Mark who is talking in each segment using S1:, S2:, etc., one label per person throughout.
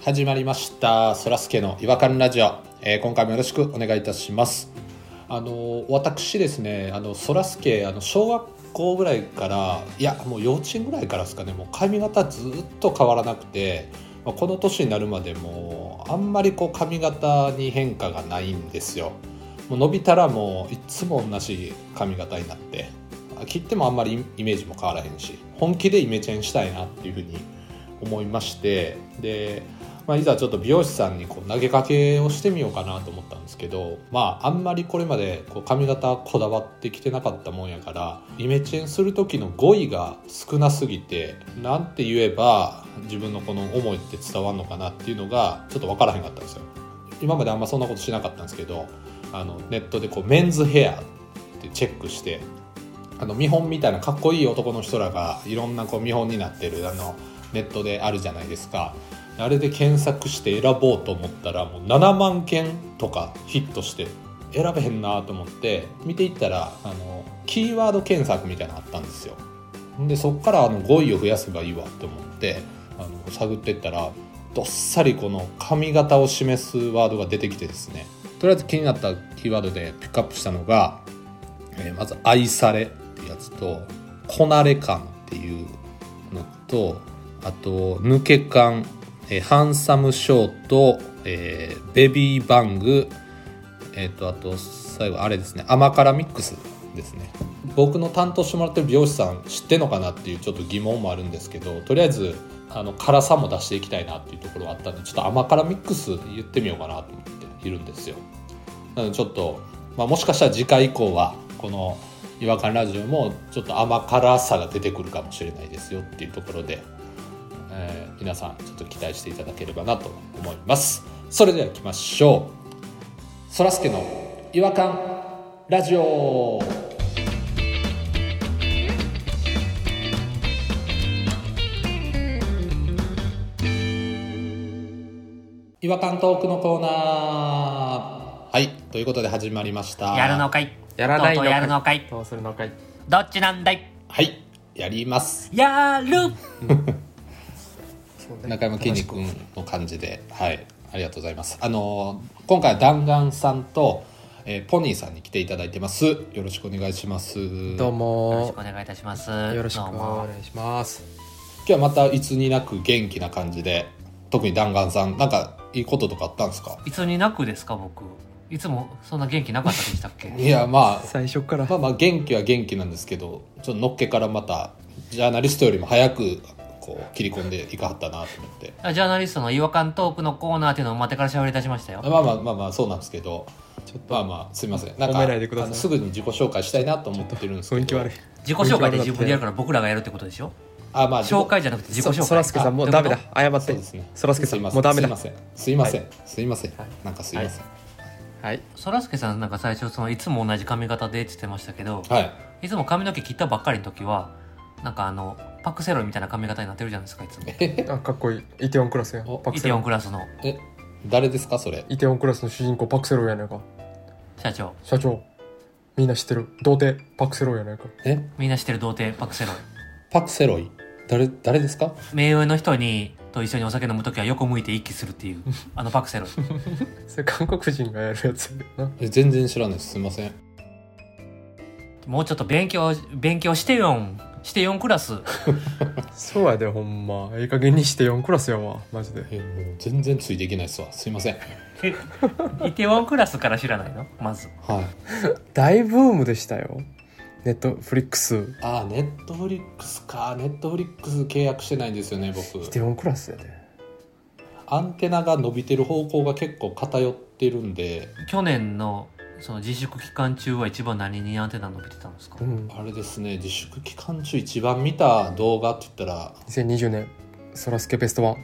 S1: 始まりましたそらすけの違和感ラジオ、えー今回もよろしくお願いいたしますあの私ですねあのそらすけあの小学校ぐらいからいやもう幼稚園ぐらいからですかねもう髪型ずっと変わらなくてまあこの年になるまでもあんまりこう髪型に変化がないんですよもう伸びたらもういつも同じ髪型になって切ってもあんまりイメージも変わらへんし本気でイメチェンしたいなっていうふうに思いましてで、まあ、いざちょっと美容師さんにこう投げかけをしてみようかなと思ったんですけど、まあ、あんまりこれまでこう髪型こだわってきてなかったもんやからイメチェンする時の語彙が少なすぎてなんて言えば自分のこの思いって伝わるのかなっていうのがちょっと分からへんかったんですよ。今まであんまそんなことしなかったんですけどあのネットでこうメンズヘアってチェックしてあの見本みたいなかっこいい男の人らがいろんなこう見本になってるあのネットであるじゃないですかあれで検索して選ぼうと思ったらもう7万件とかヒットして選べへんなと思って見ていったらあのキーワード検索みたいなのあったんですよでそっからあの語彙を増やせばいいわって思ってあの探ってったらどっさりこの髪型を示すワードが出てきてですねとりあえず気になったキーワードでピックアップしたのがえーまず「愛され」っていうやつと「こなれ感」っていうのとあと「抜け感」えーハンサムショート」えーベビーバング」えー、とあと最後あれですね甘辛ミックスですね僕の担当してもらってる美容師さん知ってんのかなっていうちょっと疑問もあるんですけどとりあえずあの辛さも出していきたいなっていうところはあったんでちょっと甘辛ミックス言ってみようかなと思っているんですよなのでちょっと、まあ、もしかしたら次回以降はこの「違和感ラジオ」もちょっと甘辛さが出てくるかもしれないですよっていうところで、えー皆さんちょっと期待していただければなと思いますそれではいきましょうそらすけの「違和感ラジオ」違和感トークのコーナーはいということで始まりました
S2: やるのかい
S3: やらない
S2: とうと
S3: のかいう
S2: やるのかい
S3: どうするのかい
S2: どっちなんだい
S1: はいやります
S2: やる
S3: そうね
S1: 中山きんに君の感じではいありがとうございますあのー今回は弾丸さんと、えーポニーさんに来ていただいてますよろしくお願いします
S3: どう
S2: よろし
S3: も
S2: くお願いいたします
S3: よろしく
S2: どう
S3: お
S2: も
S3: 願いします
S1: 今日はまたいつになく元気な感じで特に弾丸さんなんかいいこととかあったんですか
S2: いつになくですか僕いつもそんな元気なかったでしたっけ
S1: いやまあ
S3: 最初から
S1: まあまあ元気は元気なんですけどちょっとのっけからまたジャーナリストよりも早くこう切り込んでいかはったなと思って
S2: ジャーナリストの違和感トークのコーナーっていうのを待ってから喋り出しましたよ
S1: まあまあまあまあそうなんですけど
S3: ちょっ
S1: まあ
S3: と
S1: まあすみませんなん
S3: 褒
S1: か
S3: めないでくださ
S1: あ
S3: い
S1: のすぐに自己紹介したいなと思ってるんですけど
S3: 雰囲気悪い
S2: 自己紹介で自分でやるから僕らがやるってことでしょ
S1: あまあ
S2: 紹介じゃなくて自己紹介
S3: そらすけさんもうダメだ
S2: あ
S3: 謝っ
S1: そう
S3: て
S1: ですね
S3: そらすけさん
S1: いま
S3: もうダメだ
S1: すいませんすいませんすいませんなんかすいません
S3: はい
S2: そらすけさんなんか最初そのいつも同じ髪型でって言ってましたけど、
S1: はい
S2: い、つも髪の毛切ったばっかりの時はなんかあのパクセロイみたいな髪型になってるじゃないですかいつも
S3: あかっこいいイテオンクラスや
S1: お
S3: パク
S2: イ
S3: セ
S2: テオ
S3: ロ
S2: ンクラスの
S1: え誰ですかそれ
S3: イイテオンクラスの主人公パクセロイやないか
S2: 社長
S3: 社長みんな知ってる童貞パクセロイやないか
S1: え
S2: みんな知ってる童貞パクセロイ
S1: パクセロイ誰誰ですか
S2: 目上の人にと一緒にお酒飲む時は横向いて息するっていうあのパクセロイ
S3: それ韓国人がやるやつやな
S1: え全然知らないですすいません
S2: もうちょっと勉強勉強してよんしてよんクラス
S3: そうやでほんまええ加減にして4クラスやわマジで
S1: えもう全然ついていけないっすわすいません
S2: イテウォンクラスから知らないのまず
S1: はい
S3: 大ブームでしたよネットフリックス
S1: あネットフリックスかネットフリックス契約してないんですよね僕
S3: イテオンクラスやで
S1: アンテナが伸びてる方向が結構偏ってるんで
S2: 去年のその自粛期間中は一番何にアンテナ伸びてたんですか
S3: うん
S1: あれですね自粛期間中一番見た動画って言ったら
S3: 2020年そらすけベストワン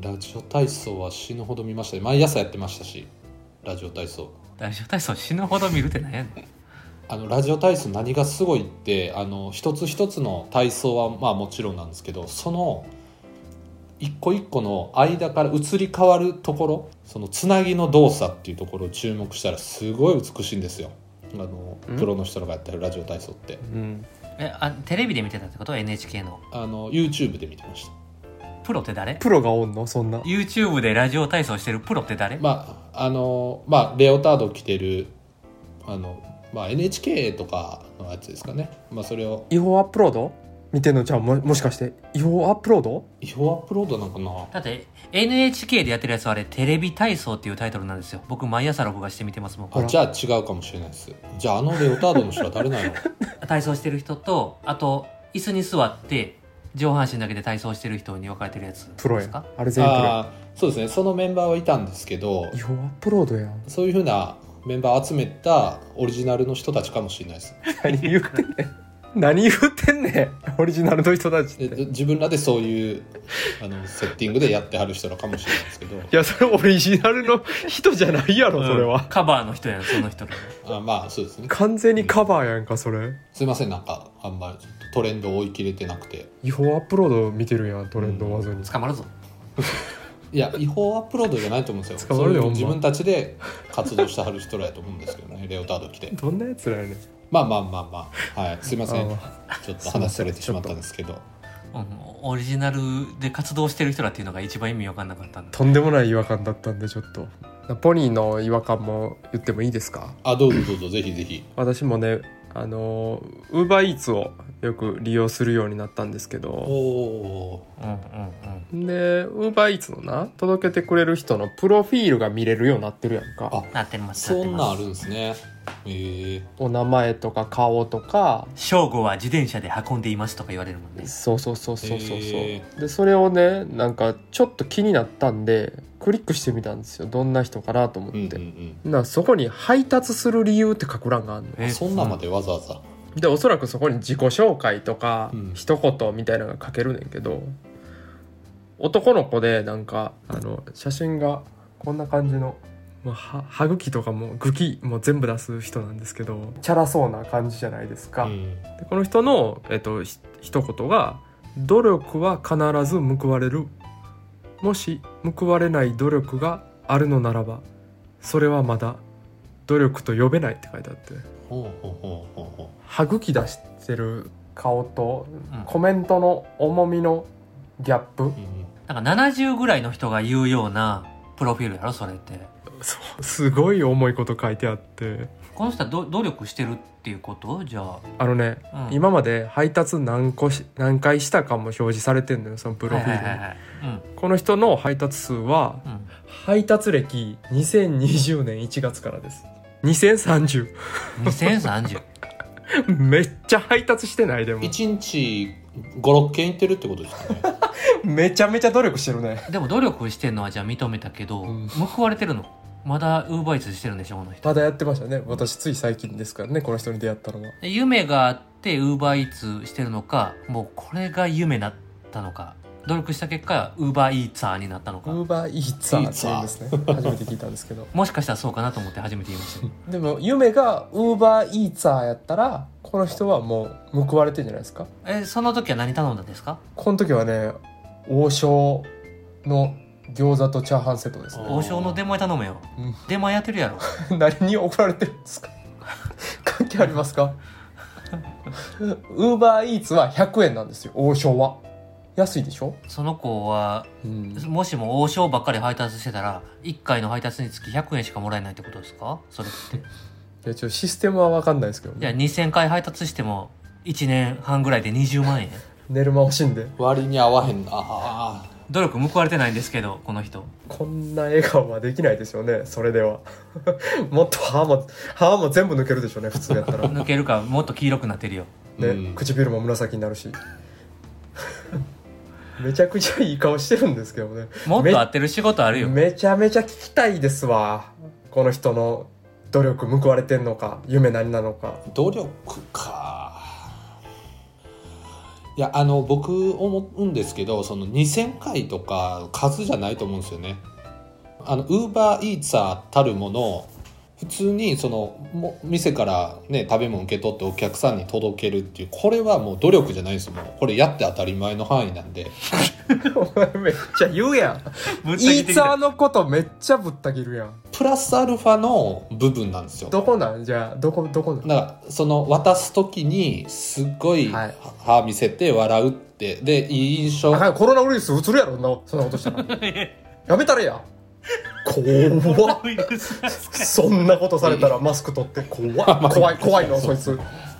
S1: ラジオ体操は死ぬほど見ましたね毎朝やってましたしラジオ体操
S2: 大丈夫体操死ぬほど見るってなんやねん
S1: あのラジオ体操何がすごいってあの一つ一つの体操はまあもちろんなんですけどその一個一個の間から移り変わるところそのつなぎの動作っていうところを注目したらすごい美しいんですよあの
S3: うん
S1: プロの人らがやってるラジオ体操って
S3: うん
S2: えあテレビで見てたってこと NHK の
S1: あの YouTube で見てました
S2: ププロって誰
S3: プロがおんのそんな
S2: YouTube でラジオ体操してるプロって誰、
S1: まああのまあレオタード着てるあの、まあ、NHK とかのやつですかね、まあ、それを
S3: 違法アップロード見てんのじゃあももしかして違法アップロード
S1: 違法アップロードなのかな
S2: だって NHK でやってるやつはあれテレビ体操っていうタイトルなんですよ僕毎朝録画して見てますもん
S1: あじゃあ違うかもしれないですじゃああのレオタードの人は誰なの
S2: 体操してる人とあと椅子に座って上半身だけで体操してる人に分かれてるやつ
S3: プロ
S2: です
S3: や
S2: か
S3: あれ全員プロや
S1: あーそうですねそのメンバーはいたんですけど
S3: 違法アップロードやん
S1: そういうふうなメンバーを集めたオリジナルの人たちかもしれないです
S3: 何言ってんねん 何言ってんねんオリジナルの人たち
S1: で
S3: ってい
S1: 自分らでそういうあのセッティングでやってはる人のかもしれないですけど
S3: やそれオリジナルの人じゃないやろそれ
S2: うん
S3: は、
S2: カバーの人やんその人ら
S1: あまあそうですね
S3: 完全にカバーやんかそれ
S1: すいませんなんかあんまりちょっとトレンドを追い切れてなくて
S3: 違法アップロード見てるやんトレンドわずに、
S2: 捕まるぞ
S1: いや違法アップロードじゃないと思うんですよ
S3: 捕ま
S1: そ
S3: る
S1: れ
S3: よ
S1: を
S3: ほんま
S1: 自分たちで活動してはる人らやと思うんですけどねレ オタード着て
S3: どんなやつらやねん
S1: まあまあまあまあはいすいません
S3: あ
S1: ちょっと話されてしまったんですけど
S2: うんオリジナルで活動してる人らっていうのが一番意味わかんなかったんだ
S3: とんでもない違和感だったんでちょっとポニーの違和感も言ってもいいですか
S1: あどうぞどうぞぜひぜひ
S3: 私もねあのウーバーイーツをよく利用するようになったんですけ
S1: お
S3: ど
S1: お
S2: うんうんうん
S3: でウーバーイーツのな届けてくれる人のプロフィールが見れるようになってるやん
S1: あ
S3: か
S2: なってます
S1: そんなんある
S2: る
S1: んですねへえ
S3: お名前とか顔とか
S2: 正吾は自転車で運んでいますとか言われるもんね
S3: そうそうそうそうそうそう、
S1: へ
S3: でそれをねなんかちょっと気になったんでクリックしてみたんですよどんな人かなと思っ
S1: うんうんう
S3: て、
S1: ん
S3: なそこに配達する理由って書く欄があるの
S2: え
S1: そんなんまでわざわざ
S3: でおそらくそこに自己紹介とか、
S1: うん
S3: 一言みたいなのが書けるねんけど男の子でなんかあの写真がこんな感じのもうは歯茎とかもグキもう全部出す人なんですけどチャラそうな感じじゃないですか、
S1: うん
S3: でこの人の、えっと、ひ一言が「努力は必ず報われる」「もし報われない努力があるのならばそれはまだ努力と呼べない」って書いてあって
S1: ほうほうほうほうほ
S3: 歯茎出してる顔と
S2: うん
S3: コメントの重みのギャップ、
S1: ううん
S2: なんか70ぐらいの人が言うようなプロフィールやろそれって
S3: そうすごい重いこと書いてあって
S2: この人はど努力してるっていうことじゃあ、
S3: あのね、
S2: うん
S3: 今まで配達何個し何回したかも表示されてんのよそのプロフィールに、
S2: はいはいはいはい
S3: この人の配達数は
S2: うんうん
S3: 配達歴2020年1月からです2030
S2: 2030
S3: めっちゃ配達してないでも
S1: 一日56件行ってるってことですかね
S3: めちゃめちゃ努力してるね
S2: でも努力してんのはじゃあ認めたけど、
S3: うん
S2: 報われてるのまだウーバーイーツしてるんでしょこの人
S3: まだやってましたね私つい最近ですからねこの人に出会ったのは
S2: で夢があってウーバーイーツしてるのかもうこれが夢だったのか努力した結果ウーバーイーツァーになったの
S3: ウ
S2: か
S3: ーバーイーツァーって言うんですね初めて聞いたんですけど
S2: もしかしたらそうかなと思って初めて言いましたね
S3: でも夢がウーバーイーツァーやったらこの人はもう報われてんじゃないですか
S2: えその時は何頼んだんですか
S3: この時はね王将の餃子とチャーハンセットですね
S1: お
S2: 王将の出前頼むよ、
S3: うん
S2: 出前やってるやろ
S3: 何に怒られてるんですか関係ありますかウーバーイーツは100円なんですよ王将は安いでしょ、
S2: その子はもしも王将ばっかり配達してたら1回の配達につき100円しかもらえないってことですかそれって
S3: いやちょっとシステムは分かんないですけど
S2: じゃあ
S3: ね
S2: 2000回配達しても1年半ぐらいで20万円
S3: 寝る間惜しんで
S1: 割に合わへんなあ
S2: 努力報われてないんですけどこの人
S3: こんな笑顔はできないでしょうねそれでは もっと歯も歯も全部抜けるでし ょうね普通やったら、ね
S2: 抜けるかもっと黄色くなってるよ
S1: うん
S3: 唇も紫になるし めちゃくちゃいい顔してるるんですけどね
S2: もっと合ってる仕事あるよ
S3: めちゃめちゃ聞きたいですわこの人の努力報われてんのか夢何なのか
S1: ー努力かいやあの僕思うんですけどその2000回とか数じゃないと思うんですよねあのウーバーイーツァーたるもの普通にそのも店から、ね、食べ物受け取ってお客さんに届けるっていうこれはもう努力じゃないですもんこれやって当たり前の範囲なんで
S3: お前めっちゃ言うやん
S2: ぶった
S3: イ
S2: 切って
S3: ー
S2: き
S3: ツァー
S2: た
S3: のことめっちゃぶった切るやん
S1: プラスアルファの部分なんですよ
S3: どこなんじゃあどこどこなん
S1: だからその渡す時にすっごい
S3: はい
S1: 歯見せて笑うってでいい印象
S3: あかんコロナウイルスうつるやろそんなそんなことしたら やめたれや怖っ
S2: ウイルスなんすか
S3: そんなことされたらマスク取って 怖っ怖い怖いのそいつ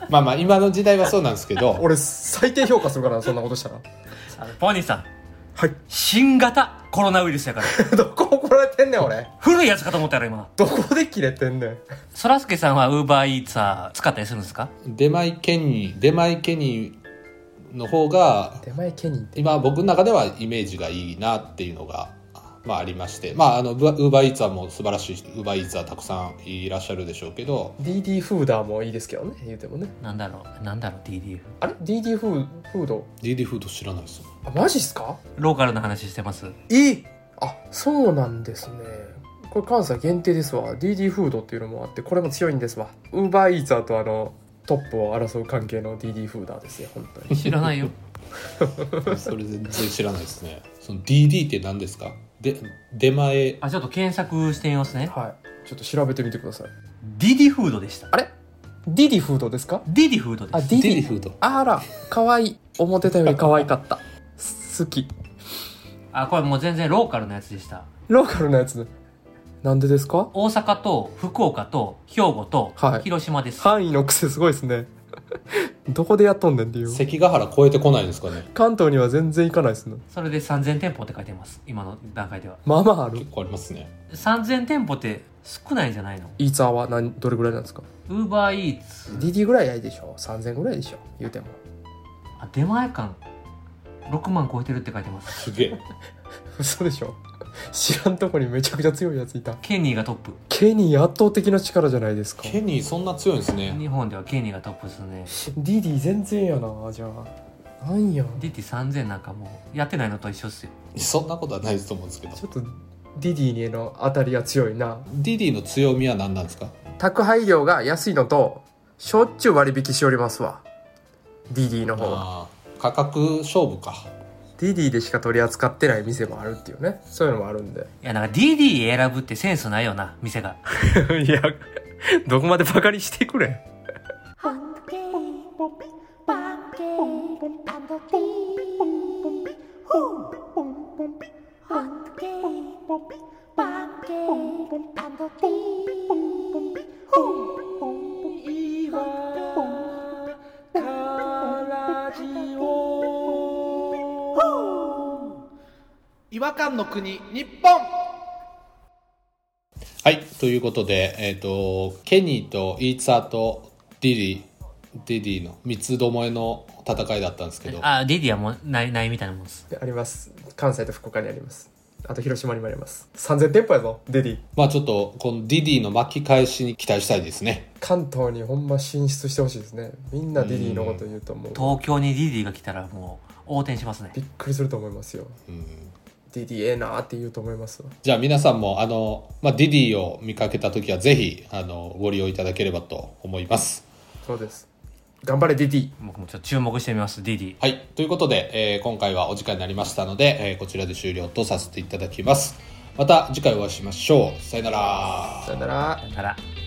S1: まあまあ今の時代はそうなんですけ ど
S3: 俺最低評価するからなそんなことしたら
S2: あのポニーさん
S3: はい
S2: 新型コロナウイルスやから
S3: どこ怒られてんねん俺
S2: 古いやつかと思ったやろ今
S3: どこで切れてんねん
S2: そらすけさんはウーバーイーツァー使ったりするんですか
S1: 出前ケニー出前ケニーの方が
S3: 手前ケニーって
S1: 今僕の中ではイメージがいいなっていうのが、まあ、ありましてまああのウーバーイーツはもう素晴らしいウーバーイーツはたくさんいらっしゃるでしょうけど
S3: DD フーダーもいいですけどね言うてもね
S2: なんだろうなんだろう DDF
S3: あれ DD フーフード
S1: DD フード知らないですよ
S3: あマジっすか
S2: ローカルな話してます
S3: えあそうなんですねこれ関西限定ですわ DD フードっていうのもあってこれも強いんですわウーバーイーツァーとあのトップを争う関係の DD フーダーですよ本当に
S2: 知らないよ
S1: それ全然知らないですねその DD って何ですかで出前
S2: あちょっと検索してみますね
S3: はいちょっと調べてみてください
S2: DD フードでした
S3: あれ DD フードですか
S2: DD フード
S3: あ
S2: です
S1: DD
S3: DD
S1: フード
S3: あら可愛い思ってたより可愛かったす好き
S2: あこれもう全然ローカルなやつでした
S3: ローカルなやつなんでですか
S2: 大阪と福岡と兵庫と
S3: はい
S2: 広島です、
S3: 範囲の癖すごいですねどこでやっとんねんっていう
S1: 関ヶ原超えてこないんですかね
S3: 関東には全然行かないですね
S2: それで3000店舗って書いてます今の段階では
S3: まあまあある
S1: 結構ありますね
S2: 3000店舗って少ないんじゃないの
S3: イーツァーは何どれぐらいなんですか
S2: ウーバーイーツ
S3: DD ぐらいないでしょ3000ぐらいでしょ言うても
S2: あ出前館6万超えてるって書いてます
S1: すげえ
S3: 嘘でしょ知らんとこにめちゃくちゃ強いやついた
S2: ケニーがトップ
S3: ケニー圧倒的な力じゃないですか
S1: ケニーそんな強いんですね
S2: 日本ではケニーがトップですね
S3: DD 全然やなじゃあなんや
S2: ディティ3000なんかもうやってないのと一緒っすよ
S1: そんなことはないと思うんですけど
S3: ちょっと DD にの当たりが強いな
S1: DD の強みは何なんですか
S3: 宅配料が安いのとしょっちゅう割引しておりますわ DD の方は
S1: あー価格勝負か
S3: DD でしか取り扱ってない店もあるっていうねそういうのもあるんで
S2: いやなんか DD 選ぶってセンスないよな店が
S3: いやどこまでバカにしてくれ
S4: Hunky,
S5: 違和感の国日本
S1: はいということで、えっとケニーとイーツァーとディリーディリーの三つどもえの戦いだったんですけど
S2: あディディはもうないないみたいなもんです
S3: あります関西と福岡にありますあと広島にもあります3000店舗やぞデディ
S1: まあちょっとこのディディの巻き返しに期待したいですね
S3: 関東にほんま進出してほしいですねみんなデディのこと言うともう
S2: 東京にディディが来たらもう横転しますね
S3: びっくりすると思いますよ
S1: うん
S3: デディええなーって言うと思いますわ
S1: じゃあ皆さんもあの、まあ、ディディを見かけた時はぜひあのご利用いただければと思います
S3: そうです頑張れデディ
S2: 僕もちょっと注目してみますディディ
S1: はい。ということで、えー今回はお時間になりましたので、えーこちらで終了とさせていただきます。また次回お会いしましょう。さよなら。
S3: さよなら
S2: だから